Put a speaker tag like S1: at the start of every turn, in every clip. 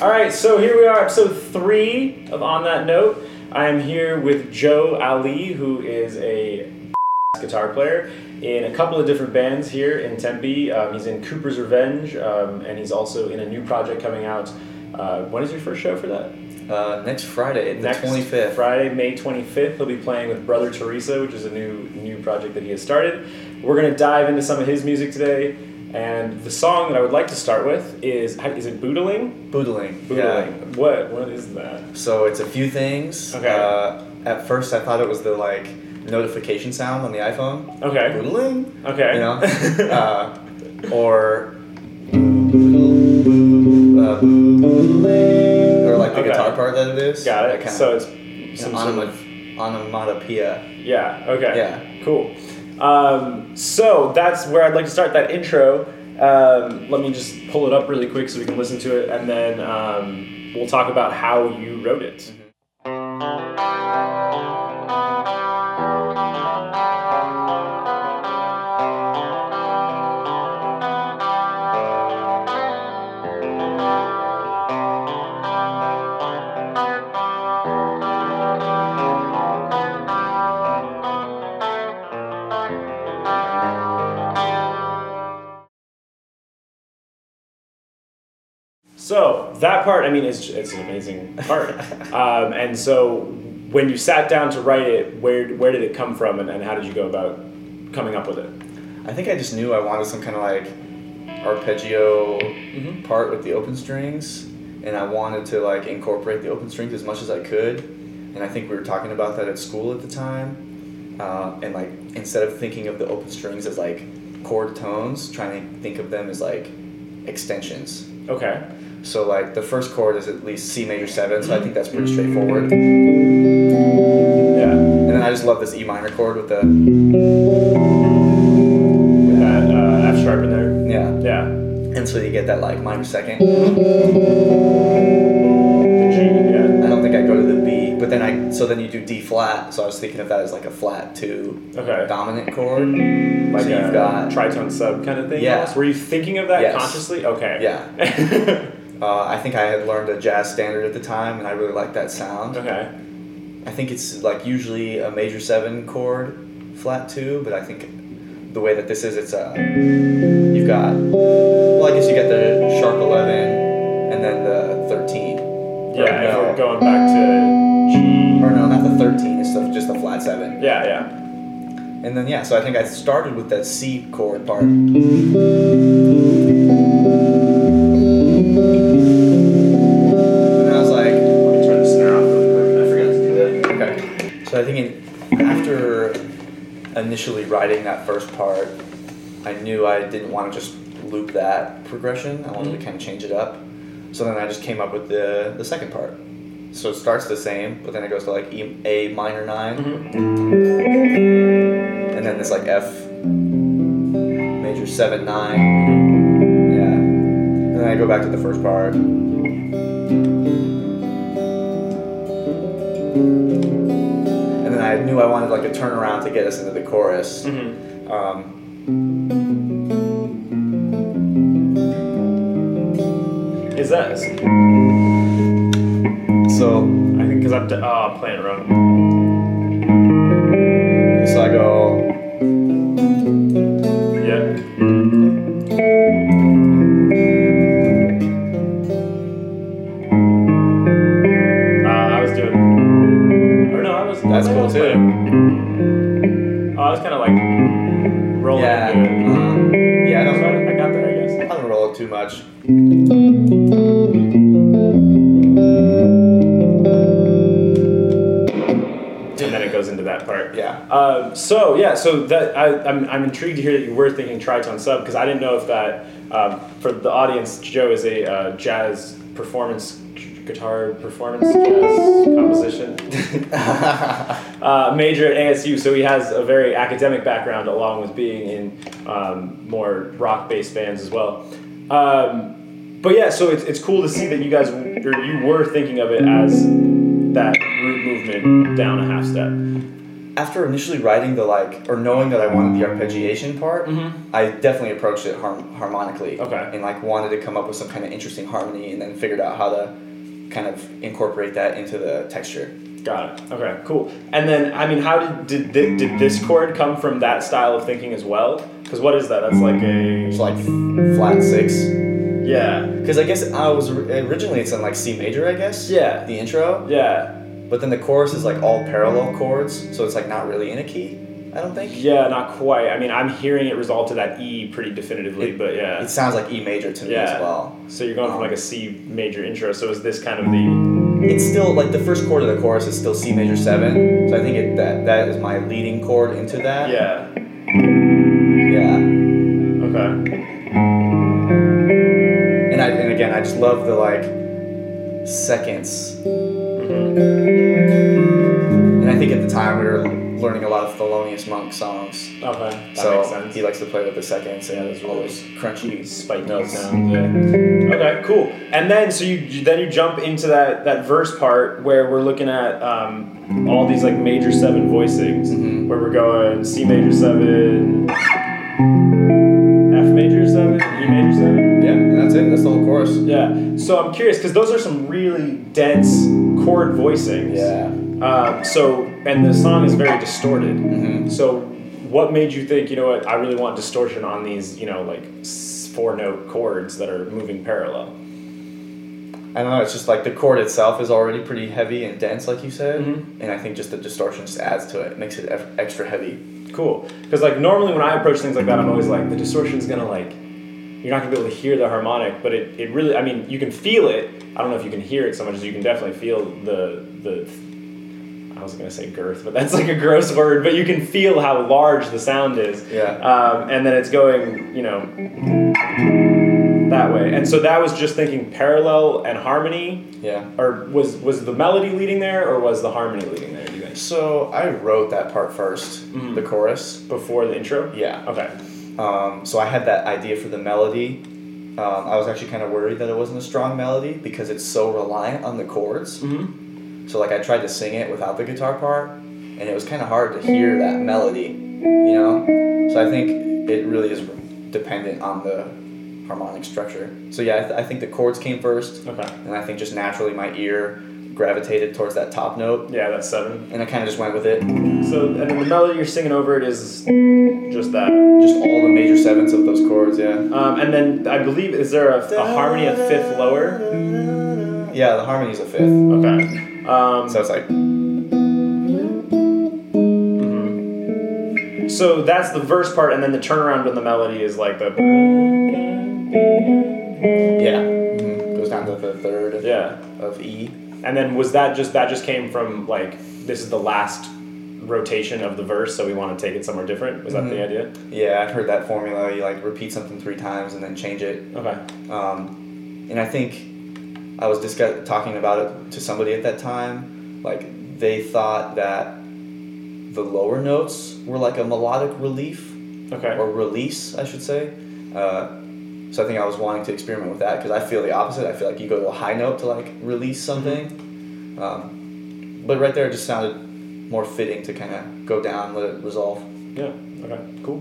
S1: All right, so here we are, episode three of On That Note. I am here with Joe Ali, who is a guitar player in a couple of different bands here in Tempe. Um, he's in Cooper's Revenge, um, and he's also in a new project coming out. Uh, when is your first show for that?
S2: Uh, next Friday, the
S1: Next
S2: 25th.
S1: Friday, May 25th, he'll be playing with Brother Teresa, which is a new new project that he has started. We're gonna dive into some of his music today, and the song that I would like to start with is is it Boodling?
S2: Boodling.
S1: Boodling. What what is that?
S2: Yeah. So it's a few things.
S1: Okay.
S2: Uh, at first, I thought it was the like notification sound on the iPhone.
S1: Okay.
S2: Boodling.
S1: Okay.
S2: You know. uh, or. uh, boo, boo, uh, boodling, or like the
S1: Okay.
S2: guitar part that it is.
S1: Got
S2: That
S1: it.
S2: kind
S1: So
S2: of,
S1: it's
S2: you
S1: some
S2: know,
S1: sort of-
S2: onomat- onomatopoeia.
S1: Yeah. Okay.
S2: Yeah.
S1: Cool. Um, so that's where I'd like to start that intro. Um, let me just pull it up really quick so we can listen to it, and then um, we'll talk about how you wrote it.
S2: Mm-hmm.
S1: So that part, I mean, it's it's an amazing part. um, and so when you sat down to write it, where where did it come from, and, and how did you go about coming up with it?
S2: I think I just knew I wanted some kind of like arpeggio part with the open strings, and I wanted to like incorporate the open strings as much as I could. And I think we were talking about that at school at the time, uh, and like instead of thinking of the open strings as like chord tones, trying to think of them as like extensions.
S1: Okay.
S2: So like the first chord is at least C major seven, so I think that's pretty straightforward.
S1: Yeah.
S2: And then I just love this E minor chord with the
S1: With that uh, F sharp in there.
S2: yeah,
S1: Yeah.
S2: and so you get that like minor second.
S1: The G. Yeah.
S2: I don't think I go to the B, but then I so then you do D flat. So I was thinking of that as like a flat two
S1: Okay.
S2: dominant chord. Like
S1: Like
S2: so you've
S1: a
S2: got
S1: tritone sub kind of thing.
S2: Yeah.
S1: almost? Were you thinking of that
S2: Yes.
S1: consciously? Okay.
S2: Yeah. uh, I think I had learned a jazz standard at the time, and I really liked that sound.
S1: okay.
S2: I think it's like usually a major seven chord, flat two, but I think the way that this is, it's a you've got well, I guess you got the sharp eleven, and then the thirteen. Or
S1: Yeah. If
S2: no.
S1: we're going back to G.
S2: Or no, not the thirteen. It's the, just the flat seven.
S1: Yeah. Yeah.
S2: And then yeah, so I think I started with that C chord part. And I was like,
S1: Let me turn the snare off really quick. I forgot to do that.
S2: okay. So I think in, after initially writing that first part, I knew I didn't want to just loop that progression. I wanted to kind of change it up. So then I just came up with the the second part. So it starts the same, but then it goes to like e, A minor 9
S1: Mm-hmm.
S2: and then this like F major seven nine. Yeah, and then I go back to the first part. And then I knew I wanted like a turnaround to get us into the chorus.
S1: Mm-hmm.
S2: Um,
S1: Is that?
S2: so
S1: I think because I'm d- oh, I'm playing it wrong.
S2: so I go
S1: Yeah. Uh, I was doing. Or no, I was.
S2: That's
S1: I
S2: cool
S1: was
S2: too.
S1: playing- Oh, I was kind of like rolling
S2: yeah
S1: into it.
S2: um, yeah I
S1: So
S2: don't,
S1: I, I got there, I guess.
S2: I don't roll it too much.
S1: And then it goes into that part.
S2: Yeah.
S1: Um, so yeah, so that I, I'm, I'm intrigued to hear that you were thinking tritone sub because I didn't know if that um, for the audience. Joe is a uh, jazz performance gu- guitar performance jazz composition uh, major at ASU, so he has a very academic background along with being in um, more rock based bands as well. Um, but yeah, so it's, it's cool to see that you guys or you were thinking of it as that root movement down a half step.
S2: after initially writing the like or knowing that I wanted the arpeggiation part,
S1: Mhm.
S2: I definitely approached it harm- harmonically.
S1: Okay.
S2: And like wanted to come up with some kind of interesting harmony, and then figured out how to kind of incorporate that into the texture.
S1: Got it. Okay, cool. And then, I mean, how did did, thi- did this
S2: Mm.
S1: chord come from that style of thinking as well? Because what is that? That's like
S2: It's
S1: a
S2: like flat six.
S1: yeah,
S2: Because I guess I was originally it's in like C major, I guess.
S1: Yeah.
S2: The intro,
S1: yeah,
S2: but then the chorus is like all parallel chords, so it's like not really in a key. I don't think.
S1: yeah. Not quite. I mean, I'm hearing it resolve to that E pretty definitively,
S2: It-
S1: but yeah.
S2: It sounds like E major to me
S1: Yeah.
S2: as well.
S1: So you're going from like a C major intro. So is this kind of
S2: Mm.
S1: the
S2: It's still like the first chord of the chorus is still C major seven, so I think it, that that is my leading chord into that.
S1: yeah?
S2: Yeah.
S1: Okay.
S2: And I and again I just love the like seconds.
S1: Mhm.
S2: And I think at the time we were learning a lot of Thelonious Monk songs.
S1: Okay. That
S2: so
S1: makes sense.
S2: he likes to play with the seconds and
S1: those
S2: all
S1: really
S2: those crunchy
S1: spiky
S2: notes.
S1: sound. Yeah. Okay, cool. And then so you then you jump into that that verse part where we're looking at um, all these like major seven voicings
S2: Mhm.
S1: where we're going C major seven, F major seven, E major seven.
S2: Yeah, and that's it. That's the whole chorus.
S1: Yeah. So I'm curious because those are some really dense chord voicings. Uh, so and the song is very distorted.
S2: Mhm.
S1: So, what made you think, you know what, I really want distortion on these, you know, like s- four note chords that are moving parallel?
S2: I don't know. It's just like the chord itself is already pretty heavy and dense, like you said,
S1: Mhm.
S2: and I think just the distortion just adds to it, makes it eff- extra heavy.
S1: Cool. Because, like, normally when I approach things like that, I'm always like, the distortion's gonna, like, you're not gonna be able to hear the harmonic, but it, it really, I mean, you can feel it. I don't know if you can hear it so much as you can definitely feel the, the, I was gonna say girth, but that's like a gross word, but you can feel how large the sound is.
S2: Yeah.
S1: um, and then it's going, you know, that way. And so that was just thinking parallel and harmony,
S2: yeah.
S1: or was was the melody leading there, or was the harmony leading there? Do you think
S2: So I wrote that part 1st the chorus.
S1: before the intro?
S2: Yeah.
S1: Okay.
S2: Um, so I had that idea for the melody. Um, I was actually kind of worried that it wasn't a strong melody because it's so reliant on the chords.
S1: Mm-hmm.
S2: So like I tried to sing it without the guitar part, and it was kind of hard to hear that melody, you know. So I think it really is dependent on the harmonic structure. So yeah, I, th- I think the chords came first,
S1: Okay.
S2: and I think just naturally my ear gravitated towards that top note,
S1: Yeah, that's seven.
S2: and I kind of just went with it.
S1: So and then the melody you're singing over it is just that.
S2: Just all the major sevens of those chords, yeah.
S1: Um, and then I believe is there a, a harmony a fifth lower?
S2: Yeah, the harmony's a fifth,
S1: Okay. Um,
S2: so it's like
S1: So that's the verse part, and then the turnaround on the melody is like the
S2: yeah, mhm, goes down to the third of,
S1: yeah.
S2: of E.
S1: And then was that just that just came from like this is the last rotation of the verse, so we want to take it somewhere different? Was that the idea?
S2: Yeah, I've heard that formula. You like repeat something three times and then change it.
S1: Okay.
S2: Um, and I think I was discuss- talking about it to somebody at that time. Like they thought that the lower notes were like a melodic relief
S1: Okay.
S2: or release, I should say. Uh, so I think I was wanting to experiment with that because I feel the opposite. I feel like you go to a high note to like release something,
S1: Mm-hmm.
S2: um, but right there it just sounded more fitting to kind of go down, let it resolve.
S1: Yeah. Okay. Cool.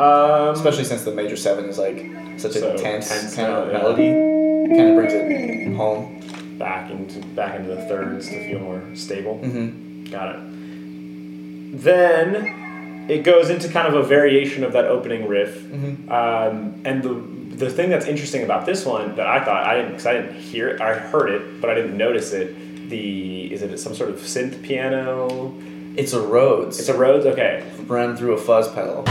S1: Um,
S2: Especially since the major seven is like such a
S1: So
S2: tense,
S1: tense
S2: kind of
S1: note, yeah.
S2: melody, kind of brings it home.
S1: back into back into the thirds to feel more stable.
S2: Mm-hmm.
S1: Got it. Then it goes into kind of a variation of that opening riff.
S2: Mm-hmm.
S1: Um, and the the thing that's interesting about this one that I thought I didn't because I didn't hear it, I heard it, but I didn't notice it. The is it some sort of synth piano?
S2: It's a Rhodes.
S1: It's a Rhodes. Okay,
S2: run through a fuzz pedal.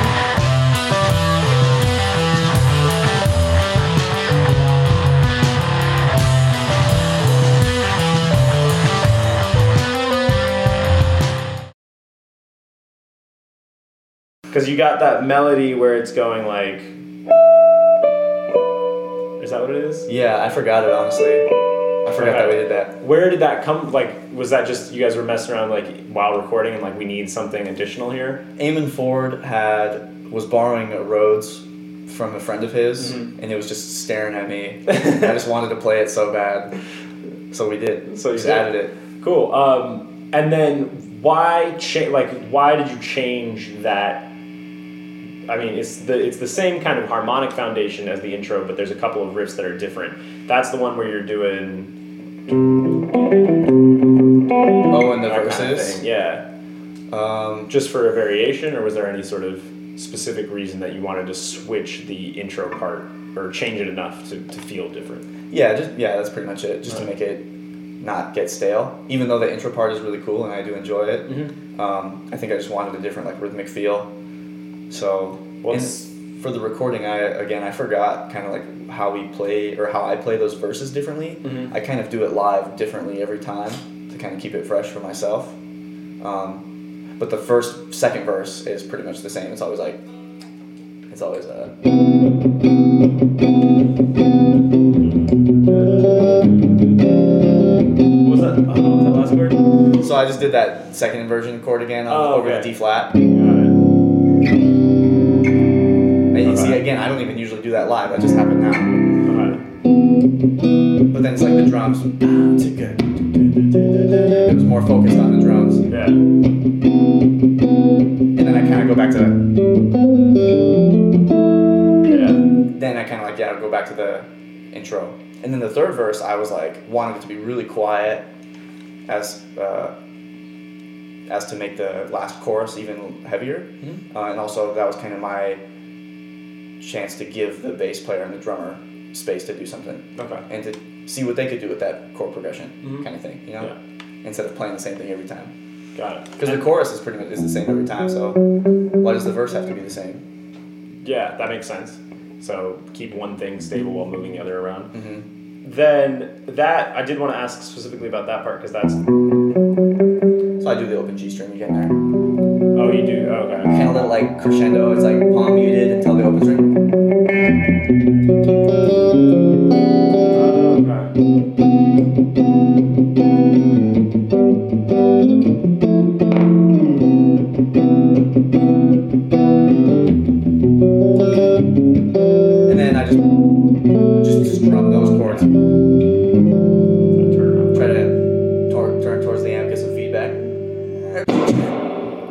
S1: because you got that melody where it's going like. Is that what it is?
S2: Yeah, I forgot it honestly. I forgot that we
S1: Okay.
S2: did that.
S1: Where did that come? Like, was that just you guys were messing around like while recording and like we need something additional here?
S2: Eamon Ford had was borrowing a Rhodes from a friend of his,
S1: Mhm.
S2: and it was just staring at me. And I just wanted to play it so bad, so we did.
S1: So you
S2: just
S1: did.
S2: added it.
S1: Cool. Um, and then why cha- like why did you change that I mean, it's the it's the same kind of harmonic foundation as the intro, but there's a couple of riffs that are different. That's the one where you're doing
S2: Oh, and the
S1: that kind of
S2: verses.
S1: thing. Yeah,
S2: Um,
S1: just for a variation, or was there any sort of specific reason that you wanted to switch the intro part or change it enough to, to feel different?
S2: yeah, just yeah, that's pretty much it. Just to
S1: Right.
S2: make it not get stale. Even though the intro part is really cool and I do enjoy it,
S1: Mm-hmm.
S2: um, I think I just wanted a different like rhythmic feel. So
S1: Well,
S2: and
S1: it's-
S2: for the recording, I again I forgot kind of like how we play or how I play those verses differently.
S1: Mhm.
S2: I kind of do it live differently every time to kind of keep it fresh for myself. Um, but the first second verse is pretty much the same. It's always like it's always uh, a.
S1: What was that? Oh, was that last word?
S2: So I just did that second inversion chord again on,
S1: Oh,
S2: over the
S1: okay.
S2: D flat.
S1: Got
S2: And you see,
S1: Alright.
S2: again, I don't even usually do that live. That just happened now.
S1: it. Okay.
S2: But then it's like the drums. It was more focused on the drums, and
S1: Yeah.
S2: then I kind of go back to.
S1: Yeah.
S2: Then I kind of like yeah, go back to the intro, and then the third verse I was like wanted it to be really quiet, as uh, as to make the last chorus even heavier, uh, and also that was kind of my chance to give the bass player and the drummer space to do something.
S1: Okay.
S2: and to see what they could do with that chord progression
S1: Mhm.
S2: kind of thing, you know,
S1: Yeah.
S2: instead of playing the same thing every time.
S1: Got it.
S2: Because the chorus is pretty much is the same every time, so why does the verse have to be the same?
S1: Yeah, that makes sense. So keep one thing stable while moving the other around.
S2: Mm-hmm.
S1: Then that I did want to ask specifically about that part because that's
S2: So I do the open G string again there,
S1: oh you do oh, okay
S2: kind of little like crescendo. It's like palm muted until the open string.
S1: Oh, okay
S2: and then I just just, just drum those chords.
S1: Turn
S2: Try to tor- turn towards the amp, get some feedback,
S1: around.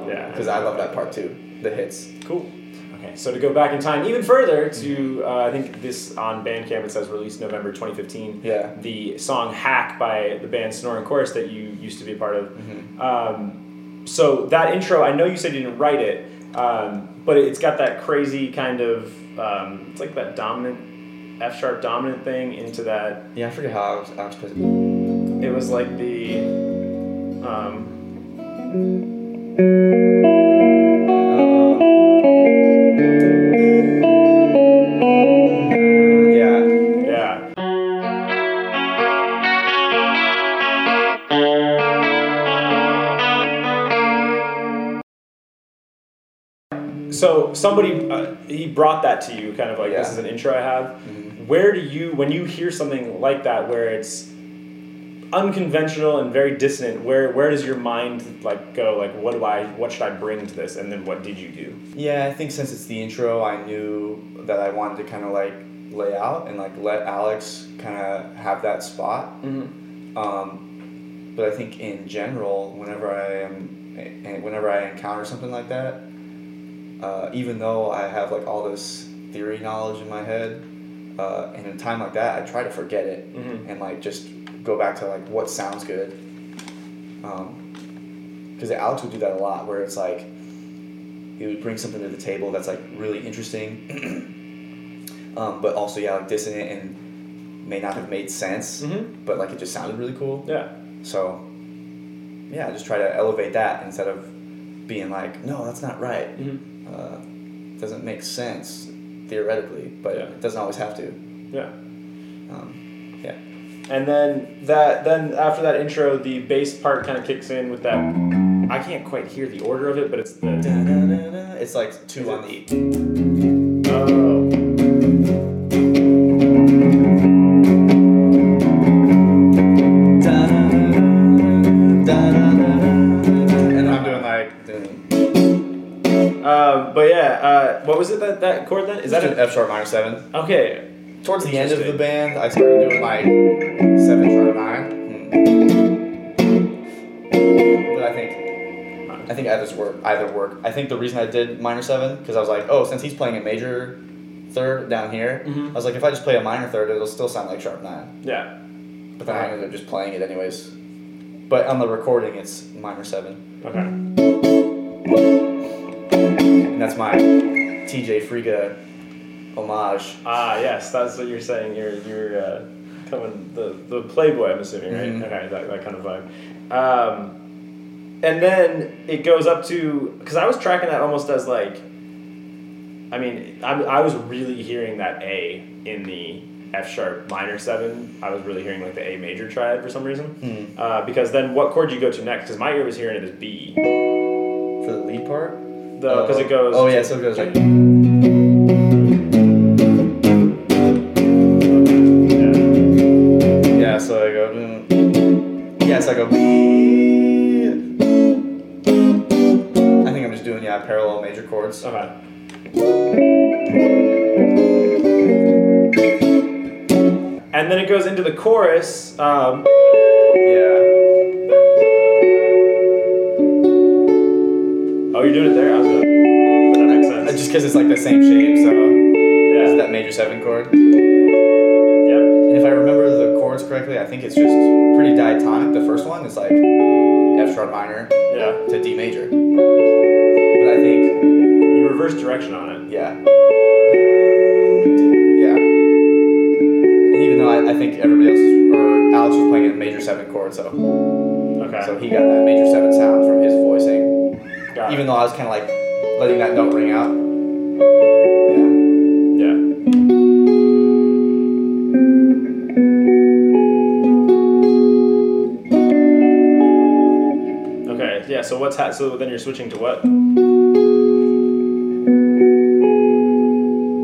S1: yeah
S2: because I love that part too, the hits.
S1: Cool. Okay, so to go back in time even further to, uh, I think this on Bandcamp it says released November 2015.
S2: Yeah.
S1: The song "Hack" by the band Snoring Chorus that you used to be a part of. Um, so that intro, I know you said you didn't write it, um, but it's got that crazy kind of, um, it's like that dominant F sharp dominant thing into that.
S2: Yeah, I forget how I was, I was supposed-
S1: It was like the. Um,
S2: Uh, yeah.
S1: Yeah. So somebody uh, he brought that to you, kind of like this
S2: Yeah.
S1: is an intro I have. Where do you when you hear something like that where it's unconventional and very dissonant? Where where does your mind like go? Like what do I what should I bring to this? And then what did you do?
S2: Yeah, I think since it's the intro, I knew that I wanted to kind of like lay out and like let Alex kind of have that spot. Um, but I think in general, whenever I am, and whenever I encounter something like that, uh, even though I have like all this theory knowledge in my head, uh, and in a time like that, I try to forget it
S1: Mhm.
S2: and like just go back to like what sounds good. Because Alex would do that a lot, where it's like he would bring something to the table that's like really interesting, um, but also yeah, like dissonant and may not have made sense,
S1: Mhm.
S2: but like it just sounded really cool.
S1: Yeah.
S2: So yeah, I just try to elevate that instead of being like, no, that's not right.
S1: Mhm.
S2: Uh, doesn't make sense theoretically, but
S1: Yeah.
S2: it doesn't always have to.
S1: Yeah.
S2: Um, yeah.
S1: And then that then after that intro, the bass part kind of kicks in with that. I can't quite hear the order of it, but it's
S2: Mm-hmm.
S1: the. Mm-hmm.
S2: Da-da-da-da. It's like two on the E.
S1: Oh.
S2: Da-da-da-da, da-da-da-da. And I'm doing like dun-
S1: Um, but yeah, uh, what was it that that chord then? Is that
S2: an
S1: an
S2: F sharp minor seven?
S1: okay?
S2: Towards the end of the
S1: Interesting.
S2: band, I started doing like seven sharp nine. Hmm. But I think think either's work. Either work. I think the reason I did minor seven because I was like, oh, since he's playing a major third down here,
S1: Mhm.
S2: I was like, if I just play a minor third, it'll still sound like sharp nine.
S1: Yeah.
S2: But then I ended up just playing it anyways. But on the recording, it's minor seven,
S1: Okay.
S2: and that's my TJ Friga homage.
S1: Ah, yes, that's what you're saying. You're you're uh, coming the the Playboy. I'm assuming, right?
S2: Mhm.
S1: Okay, that, that kind of vibe. Um, and then it goes up to because I was tracking that almost as like. I mean, I, I was really hearing that A in the F sharp minor seven. I was really hearing like the A major triad for some reason.
S2: Hmm.
S1: Uh, because then what chord do you go to next? Because my ear was hearing it as B.
S2: For the lead part.
S1: Because
S2: Oh.
S1: it goes.
S2: Oh yeah, so it goes like.
S1: yeah.
S2: Yeah, so I go. Mm. Yeah, it's like a. I think I'm just doing yeah parallel major chords.
S1: Okay. And then it goes into the chorus. Um,
S2: Yeah.
S1: oh, you're doing it there. I was gonna- that makes sense.
S2: It's Uh, just because it's like the same shape, so it's
S1: yeah.
S2: that major seven chord. And
S1: Yep.
S2: if I remember the chords correctly, I think it's just pretty diatonic. The first one is like F sharp minor
S1: Yeah.
S2: to D major. But I think
S1: You reverse direction on it.
S2: yeah. Yeah. And even though I, I think everybody else is, or Alex was playing a major seven chord, so.
S1: Okay.
S2: So he got that major seven sound from his voicing,
S1: Got
S2: even though I was kind of like letting that note ring out. Yeah.
S1: it. Yeah. Okay. Yeah. So what's ha- so then you're switching to what?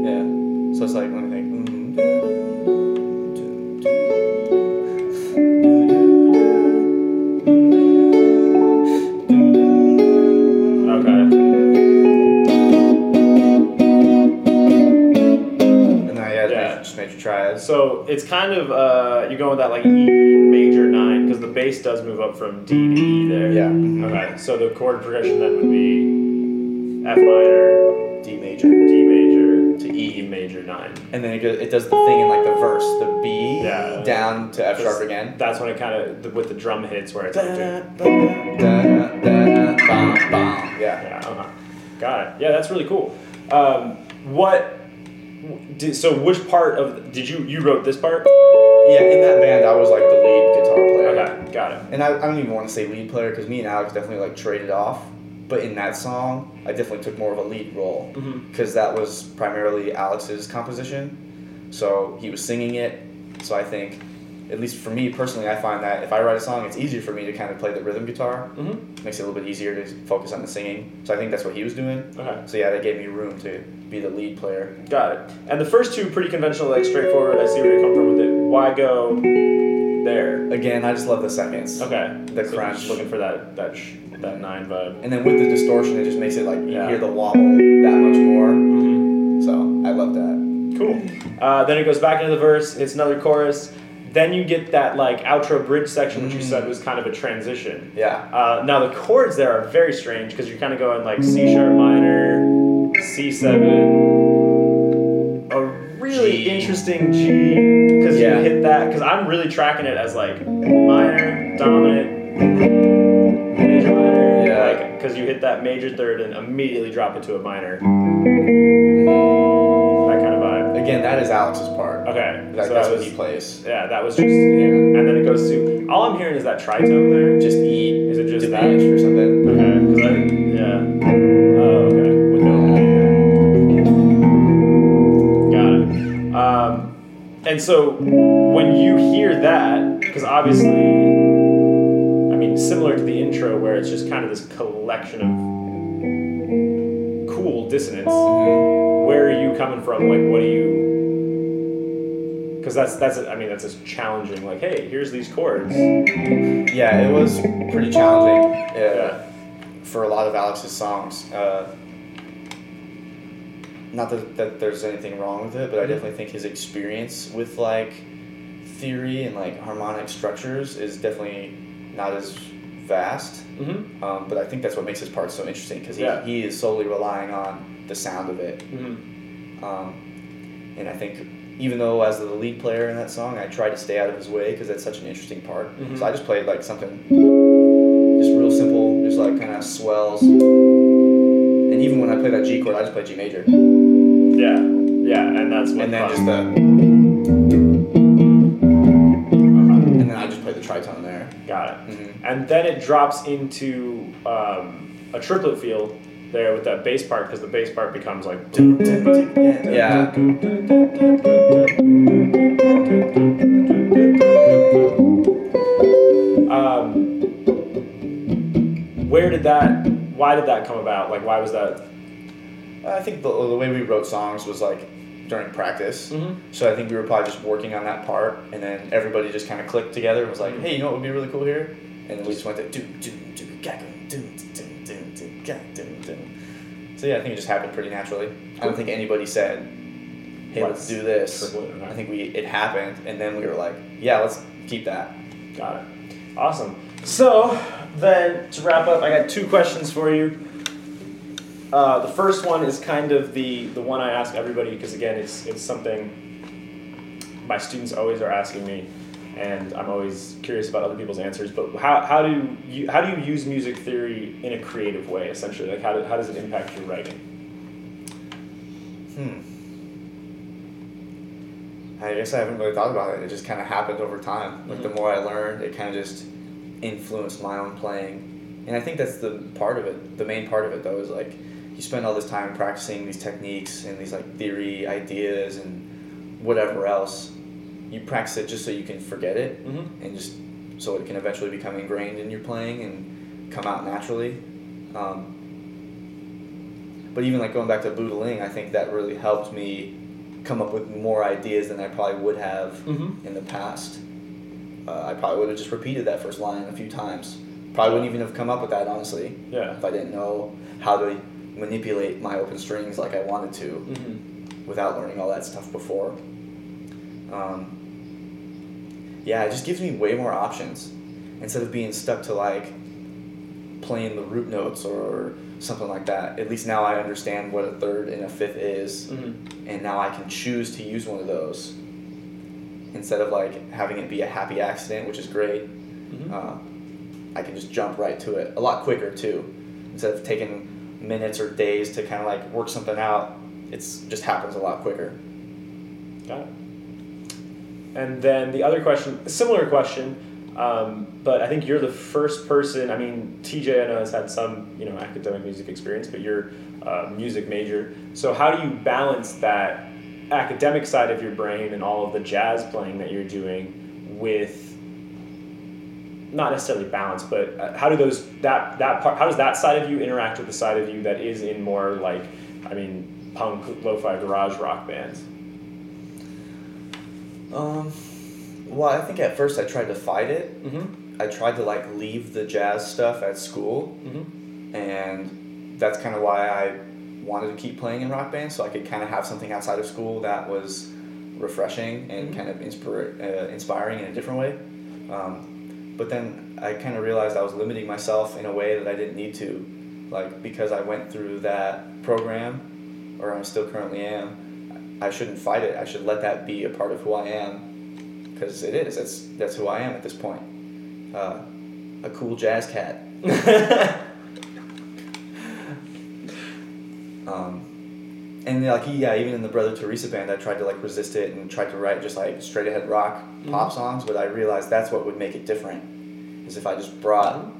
S2: Yeah. So it's like, let me think. Mm.
S1: Okay.
S2: And then I yeah,
S1: Yeah.
S2: just major triads.
S1: So it's kind of uh, you go with that like E major nine because the bass does move up from D to E there.
S2: Yeah. mhm.
S1: Okay. So the chord progression then would be F minor,
S2: D major.
S1: D major
S2: To
S1: to
S2: E.
S1: E major nine.
S2: And then it, goes, it does the thing in like the verse, the B
S1: Yeah.
S2: down to F sharp again.
S1: That's when it kind of with the drum hits where it's like. dude.
S2: Da, da, bum, bum. Yeah.
S1: Yeah, uh-huh. got it. Yeah, that's really cool. Um, what? Did, so, which part of did you you wrote this part?
S2: Yeah. In that band, I was like the lead guitar player.
S1: Okay, got it.
S2: and I, I don't even want to say lead player because me and Alex definitely like traded off. But in that song, I definitely took more of a lead role
S1: Mhm.
S2: because that was primarily Alex's composition. So he was singing it. So I think, at least for me personally, I find that if I write a song, it's easier for me to kind of play the rhythm guitar.
S1: Mm-hmm.
S2: makes it a little bit easier to focus on the singing. So I think that's what he was doing.
S1: Okay,
S2: So yeah, that gave me room to be the lead player.
S1: got it. And the first two pretty conventional, like straightforward. I see where you come from with it. Why go there?
S2: Again, I just love the seconds.
S1: Okay,
S2: The
S1: so
S2: crunch.
S1: just looking for that that sh- that nine vibe.
S2: And then with the distortion, it just makes it like you
S1: Yeah.
S2: hear the wobble that much more.
S1: Mm-hmm.
S2: So I love that.
S1: Cool. Uh, then it goes back into the verse. It's another chorus. Then you get that like outro bridge section, which you
S2: Mm.
S1: said was kind of a transition.
S2: Yeah.
S1: Uh, now the chords there are very strange because you're kind of going like C sharp minor, C seven, a really
S2: G.
S1: interesting G because
S2: Yeah.
S1: you hit that because I'm really tracking it as like minor dominant major minor
S2: Yeah.
S1: like because you hit that major third and immediately drop it to a minor that kind of vibe.
S2: Again, that is Alex's part.
S1: Okay,
S2: Like,
S1: so
S2: that's
S1: that
S2: what
S1: was
S2: he plays.
S1: yeah that was just and then it goes to all I'm hearing is that tritone there.
S2: Just E
S1: Is it just that?
S2: diminished or something.
S1: Okay, 'cause I, yeah. Oh, okay. With no. Got it. Um, and so when you hear that, because obviously, I mean, similar to the intro where it's just kind of this collection of cool dissonance. Mm-hmm.
S2: Mhm.
S1: Where are you coming from? Like, what do you? Because that's that's a, I mean that's a challenging. Like, hey, here's these chords.
S2: Yeah, it was pretty challenging uh,
S1: Yeah.
S2: for a lot of Alex's songs. Uh, not that, that there's anything wrong with it, but
S1: Mm-hmm.
S2: I definitely think his experience with like theory and like harmonic structures is definitely not as vast,
S1: Mm-hmm.
S2: um, but I think that's what makes his parts so interesting because he,
S1: Yeah.
S2: he is solely relying on the sound of it.
S1: Mm-hmm.
S2: Um, and I think even though as the lead player in that song, I tried to stay out of his way because that's such an interesting part.
S1: Mhm.
S2: So I just played like something just real simple, just like kind of swells. And even when I play that G chord, I just play G major, and
S1: Yeah. Yeah, and that's what.
S2: then
S1: caused-
S2: just the,
S1: Uh-huh.
S2: and then I just play the tritone there.
S1: Got it.
S2: Mhm.
S1: And then it drops into um, a triplet feel there with that bass part because the bass part becomes like.
S2: Yeah.
S1: Um, where did that? Why did that come about? Like, why was that?
S2: I think the, the way we wrote songs was like during practice.
S1: Mhm.
S2: So I think we were probably just working on that part, and then everybody just kind of clicked together and was like, "Hey, you know what would be really cool here?" And we just went to do do do gaga do do do do gaga do do. So yeah, I think it just happened pretty naturally. I don't think anybody said, "Hey, let's
S1: Let's
S2: do this."
S1: triple it or not.
S2: I think we it happened, and then we were like, "Yeah, let's keep that."
S1: Got it. Awesome. So then to wrap up, I got two questions for you. Uh, the first one is kind of the the one I ask everybody because again, it's it's something my students always are asking me, and I'm always curious about other people's answers. But how, how do you how do you use music theory in a creative way? Essentially, like how, do, how does it impact your writing?
S2: Hmm. I guess I haven't really thought about it. It just kind of happened over time. Like the more I learned, it kind of just influenced my own playing. And I think that's the part of it. The main part of it though is like you spend all this time practicing these techniques and these like theory ideas and whatever else. You practice it just so you can forget it
S1: Mm-hmm.
S2: and just so it can eventually become ingrained in your playing and come out naturally. Um, but even like going back to Boodling, I think that really helped me come up with more ideas than I probably would have
S1: Mhm.
S2: in the past. Uh, I probably would have just repeated that first line a few times. Probably wouldn't even have come up with that honestly
S1: Yeah.
S2: if I didn't know how to manipulate my open strings like I wanted to
S1: Mm-hmm.
S2: without learning all that stuff before. Um, yeah, it just gives me way more options instead of being stuck to like playing the root notes or something like that. At least now I understand what a third and a fifth is,
S1: Mm-hmm.
S2: and now I can choose to use one of those instead of like having it be a happy accident, which is great.
S1: Mm-hmm.
S2: Uh, I can just jump right to it a lot quicker too, instead of taking minutes or days to kind of like work something out. It's just happens a lot quicker.
S1: Got it. And then the other question, similar question, um, but I think you're the first person. I mean, TJ I know has had some you know academic music experience, but you're a music major. So how do you balance that academic side of your brain and all of the jazz playing that you're doing with not necessarily balance, but uh, how do those that that part? How does that side of you interact with the side of you that is in more like, I mean, punk, lo-fi, garage rock bands?
S2: Um, well, I think at first I tried to fight it.
S1: Mm-hmm.
S2: I tried to like leave the jazz stuff at school,
S1: Mm-hmm.
S2: and that's kind of why I wanted to keep playing in rock band so I could kind of have something outside of school that was refreshing and kind of inspir- uh, inspiring in a different way. Um, but then I kind of realized I was limiting myself in a way that I didn't need to, like because I went through that program, or I still currently am. I shouldn't fight it. I should let that be a part of who I am, because it is. That's that's who I am at this point. Uh, a cool jazz cat. Um, and like yeah, even in the Brother Teresa band, I tried to like resist it and tried to write just like straight ahead rock pop songs, but I realized that's what would make it different, is if I just brought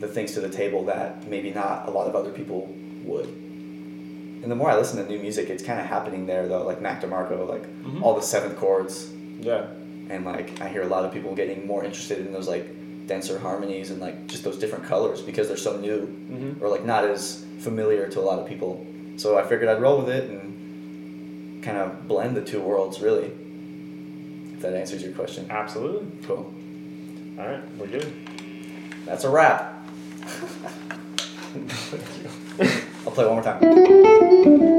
S2: the things to the table that maybe not a lot of other people would. And the more I listen to new music, it's kind of happening there though, like Mac DeMarco, like
S1: Mhm.
S2: all the seventh chords,
S1: Yeah.
S2: and like I hear a lot of people getting more interested in those like denser harmonies and like just those different colors because they're so new
S1: Mm-hmm.
S2: or like not as familiar to a lot of people. So I figured I'd roll with it and kind of blend the two worlds, really. If that answers your question.
S1: Absolutely.
S2: Cool.
S1: All right, we're good.
S2: That's a wrap. I'll play one more time.